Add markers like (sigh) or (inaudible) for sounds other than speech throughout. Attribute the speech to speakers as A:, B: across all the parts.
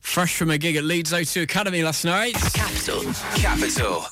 A: fresh from a gig at Leeds O2 Academy last night.
B: Capital. Capital.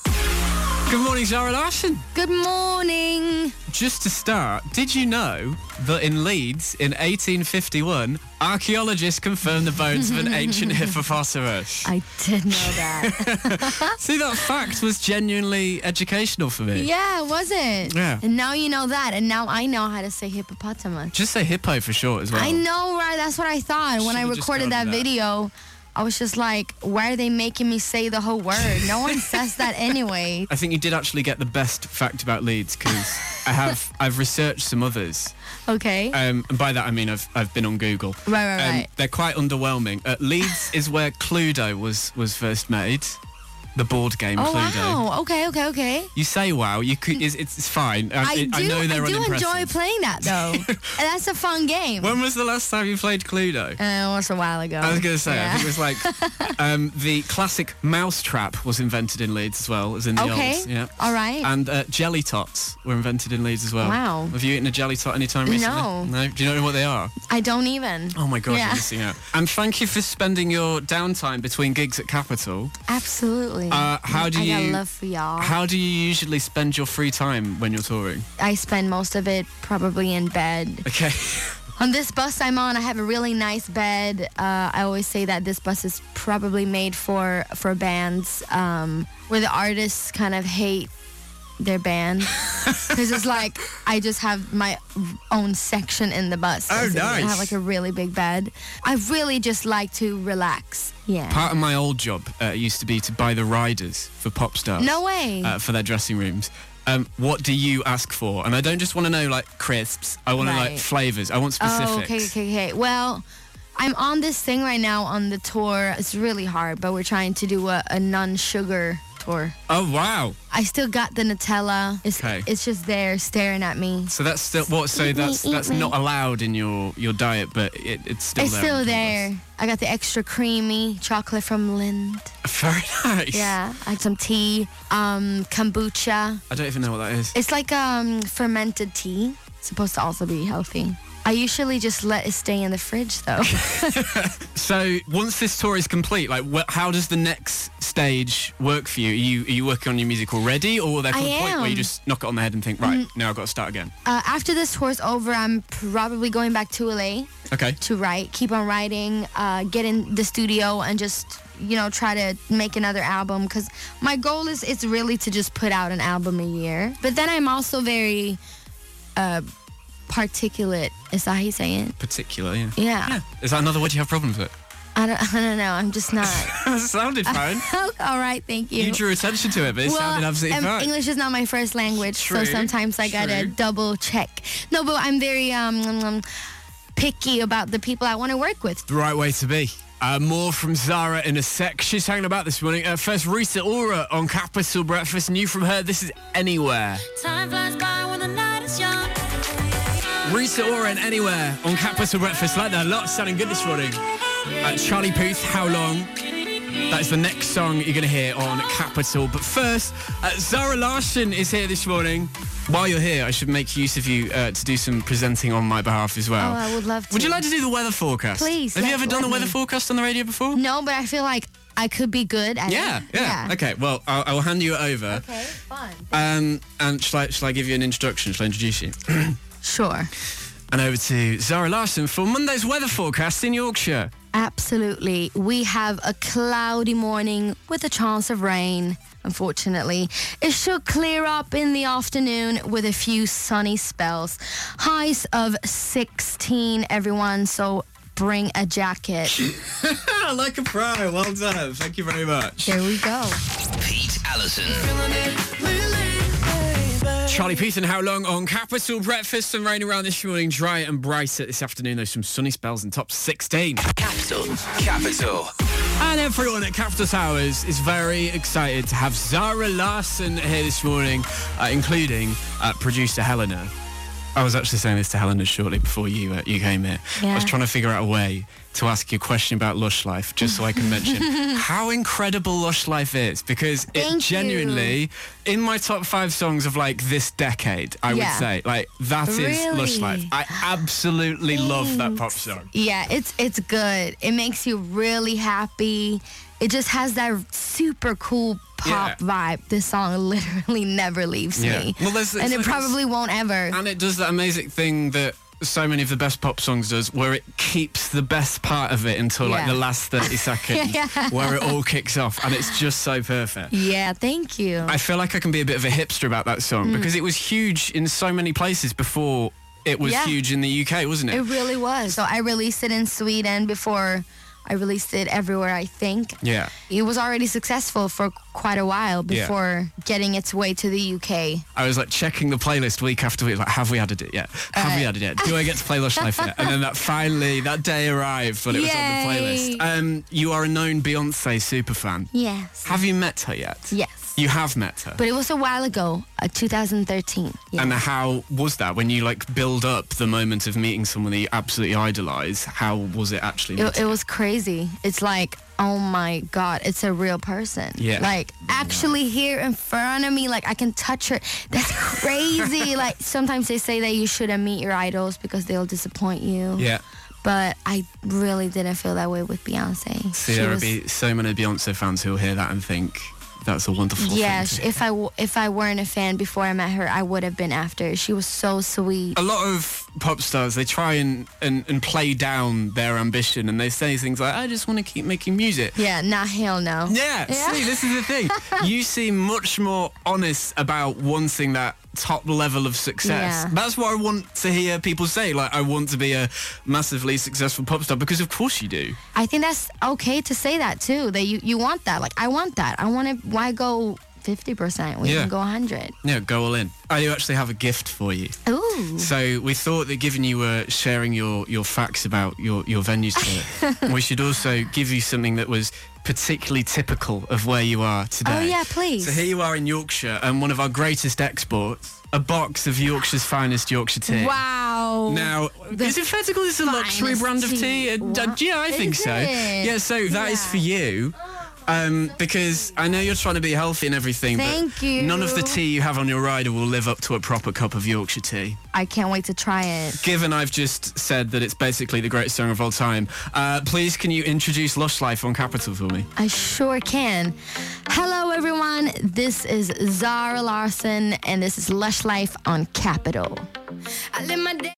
A: Good morning, Zara Larson.
C: Good morning.
A: Just to start, did you know that in Leeds in 1851, archaeologists confirmed the bones of an ancient hippopotamus?
C: I did know that.
A: See, that fact was genuinely educational for me.
C: (laughs) yeah, was it?
A: Yeah.
C: And now you know that, and now I know how to say hippopotamus.
A: Just say hippo for short as well.
C: I know, right? That's what I thought when I
A: Should've just
C: recorded
A: gone
C: that,
A: with that.
C: video. I was just like, why are they making me say the whole word? No one says that
A: (laughs)
C: anyway.
A: I think you did actually get the best fact about Leeds because I have I've researched some others.
C: Okay.
A: Um, and by that I mean I've I've been on Google. Um,
C: Right, right, right.
A: They're quite underwhelming. Uh, Leeds is where Cluedo was was first made, the board game
C: oh
A: Cluedo.
C: wow. Okay, okay, okay.
A: You say wow, you could, it's, it's fine. Um,
C: I
A: it-
C: do.
A: I know they're
C: I do
A: unimpressive.
C: enjoy playing that
A: (laughs)
C: though. and that's a fun game.
A: when was the last time you played Cluedo?
C: uh, once a while ago.
A: I was going to say, I
C: Yeah.
A: think it was
C: (laughs)
A: like um, the classic mousetrap was invented in Leeds as well as in the
C: Okay.
A: olds. Yeah.
C: All right.
A: And uh, jelly tots were invented in Leeds as well.
C: Wow.
A: Have you eaten a jelly tot anytime recently?
C: No.
A: No. Do you know what they are?
C: I don't even.
A: Oh my god,
C: Yeah.
A: you're missing out. And thank you for spending your downtime between gigs at Capital.
C: Absolutely.
A: Uh, how do
C: I got
A: you?
C: love for y'all.
A: How do you usually spend your free time when you're touring?
C: I spend most of it probably in bed.
A: Okay.
C: On this bus I'm on, I have a really nice bed. Uh, I always say that this bus is probably made for for bands um, where the artists kind of hate their
A: (laughs)
C: band because it's like I just have my own section in the bus.
A: Oh,
C: basically. I
A: nice.
C: have like a really big bed. I really just like to relax. Yeah.
A: (laughs) Part of my old job uh, used to be to buy the riders for pop stars.
C: No way.
A: Uh, for their dressing rooms. Um, what do you ask for? And I don't just want to know like crisps. I want to like
C: Right.
A: flavors. I want specifics.
C: Oh, okay, okay, okay. Well, I'm on this thing right now on the tour. It's really hard, but we're trying to do a, a non-sugar tour.
A: Oh wow.
C: I still got the Nutella. It's
A: Okay.
C: it's just there staring at me.
A: So that's still what? So
C: Eat me,
A: that's
C: eat
A: that's
C: me.
A: not allowed in your your diet, but it, it's still
C: It's
A: there.
C: still there. I got the extra creamy chocolate from Lind.
A: (laughs) Very nice.
C: Yeah, I had some tea, um, kombucha.
A: I don't even know what that is.
C: It's like um fermented tea. It's supposed to also be healthy. I usually just let it stay in the fridge
A: (laughs)
C: though.
A: So once this tour is complete, like wh- how does the next stage work for you? Are you are you working on your music already, or will there come
C: I
A: a point where you
C: am. Mm.
A: just knock it on the head and think, right, now I've got to start again?
C: uh, after this tour's over, I'm probably going back to LA.
A: Okay.
C: to write, keep on writing, uh, get in the studio and just you know try to make another album because my goal is it's really to just put out an album a year. But then I'm also very uh, particulate. Is that how you say it?
A: Particular, yeah.
C: Yeah.
A: Is that another word you have problems with? (laughs)
C: I don't. I don't know. I'm just not. (laughs)
A: sounded fine.
C: All right. Thank you.
A: You drew attention to it, but it sounded absolutely
C: um,
A: fine.
C: English is not my first language, so
A: True,
C: sometimes I gotta
A: true.
C: double check. No, but I'm very um, um, um, picky about the people I want to work with.
A: The right way to be. Uh, more from Zara in a sec. She's hanging about this morning. Uh, first, Rita Ora on Capital Breakfast. New from her. This is Anywhere.
D: Time flies by when the night is young.
A: Rita Ora and Anywhere on Capital Breakfast. Like that. A lot sounding good this morning. Uh, Charlie Puth, How Long? That is the next song you're going to hear on Capital. But first, uh, Zara Larson is here this morning. While you're here, I should make use of you uh, to do some presenting on my behalf as well.
C: Oh, I would love to.
A: Would you like to do the weather forecast?
C: Please,
A: Have you
C: yeah,
A: ever done a
C: let
A: weather
C: me. Mm.
A: forecast on the radio before?
C: No, but I feel like I could be good at
A: Yeah,
C: it.
A: yeah. Okay, well, I'll, I'll hand you it over.
C: Okay, fun.
A: Um, and shall I, shall I give you an introduction? Shall I introduce you?
C: Sure.
A: and over to Zara Larson for Monday's weather forecast in Yorkshire.
C: Absolutely. We have a cloudy morning with a chance of rain, unfortunately. It should clear up in the afternoon with a few sunny spells. Highs of 16, everyone, so bring a jacket.
A: (laughs) like a pro. Well done. Thank you very much.
C: There we go.
B: Pete Allison.
A: Charlie Peace and How Long on Capital Breakfast. Some rain around this morning, dry and brighter this afternoon. There's some sunny spells and top 16.
B: Capital. Capital.
A: And everyone at Capital Towers is very excited to have Zara Larson here this morning, uh, including uh, producer Helena. I was actually saying this to Helena shortly before you uh, you came here. I was
C: Yeah.
A: trying to figure out a way to ask you a question about Lush Life, just so I can mention
C: (laughs)
A: how incredible Lush Life is, because it
C: Thank
A: genuinely in my top five songs of like this decade, I would
C: Yeah.
A: say like that is Lush Life.
C: Really?
A: I absolutely love that pop song.
C: Yeah, it's it's good. It makes you really happy. It just has that super cool pop
A: Yeah.
C: vibe. This song (laughs) literally never leaves
A: Yeah.
C: me.
A: Well, there's-
C: and
A: it's
C: it
A: like-
C: probably won't ever.
A: And it does that amazing thing that so many of the best pop songs does where it keeps the best part of it until like
C: Yeah.
A: the last
C: (laughs)
A: 30 seconds where it all kicks off and it's just so perfect.
C: yeah, thank you.
A: I feel like I can be a bit of a hipster about that song
C: Mm.
A: because it was huge in so many places before it was
C: Yeah.
A: huge in the UK, wasn't it?
C: it really was. So I released it in Sweden before I released it everywhere, I think.
A: yeah.
C: It was already successful for quite a while
A: Yeah.
C: before getting its way to the UK.
A: I was like checking the playlist week after week, like, have we added it yet? Have we
C: Uh,
A: added it? Do I get to play Lush Life yet? And then
C: (laughs)
A: that finally, that day arrived when it was on the
C: Yay.
A: playlist. Um, you are a known Beyonce superfan.
C: Yes.
A: Have you met her yet?
C: yes.
A: You have met her.
C: But it was a while ago, uh, 2013. Yeah.
A: And how was that when you like build up the moment of meeting someone that you absolutely idolize? How was it actually?
C: It,
A: meeting?
C: it was crazy. It's like, oh my God, it's a real person.
A: Yeah.
C: Like, actually here in front of me, like, I can touch her. That's
A: (laughs)
C: crazy. like, sometimes they say that you shouldn't meet your idols because they'll disappoint you.
A: yeah.
C: But I really didn't feel that way with Beyonce.
A: See,
C: She
A: there will
C: was-
A: be so many Beyonce fans who'll hear that and think that's a wonderful thing.
C: Yeah, sh-
A: to
C: if I w- if I weren't a fan before I met her, I would have been after. She was so sweet.
A: a lot of pop stars they try and, and, and play down their ambition and they say things like i just want to keep making music
C: Yeah, nah, hell no.
A: yeah, see this is the thing you seem much more honest about wanting that top level of success
C: Yeah.
A: that's what i want to hear people say like i want to be a massively successful pop star because of course you do
C: I think that's okay to say that too. That you, you want that. Like I want that. I want to. Why go fifty percent? We
A: Yeah.
C: can go hundred.
A: yeah go all in i do actually have a gift for you
C: Ooh.
A: So we thought that given you were sharing your, your facts about your, your venues
C: (laughs)
A: today, we should also give you something that was particularly typical of where you are today.
C: Oh, yeah, please.
A: So here you are in Yorkshire and one of our greatest exports, a box of Yorkshire's finest Yorkshire tea.
C: Wow.
A: Now,
C: The
A: is it fair to call this a luxury
C: finest
A: brand of
C: tea.
A: tea? Uh, d- yeah,
C: Wow.
A: I think
C: Is
A: so.
C: it?
A: Yeah, so that is
C: Yeah.
A: for you. Um, because I know you're trying to be healthy and everything,
C: Thank
A: but
C: you.
A: none of the tea you have on your rider will live up to a proper cup of Yorkshire tea
C: I can't wait to try it.
A: given I've just said that it's basically the greatest song of all time, uh, please can you introduce Lush Life on Capital for me?
C: I sure can. Hello, everyone. This is Zara Larson, and this is Lush Life on Capital.
D: I live my day.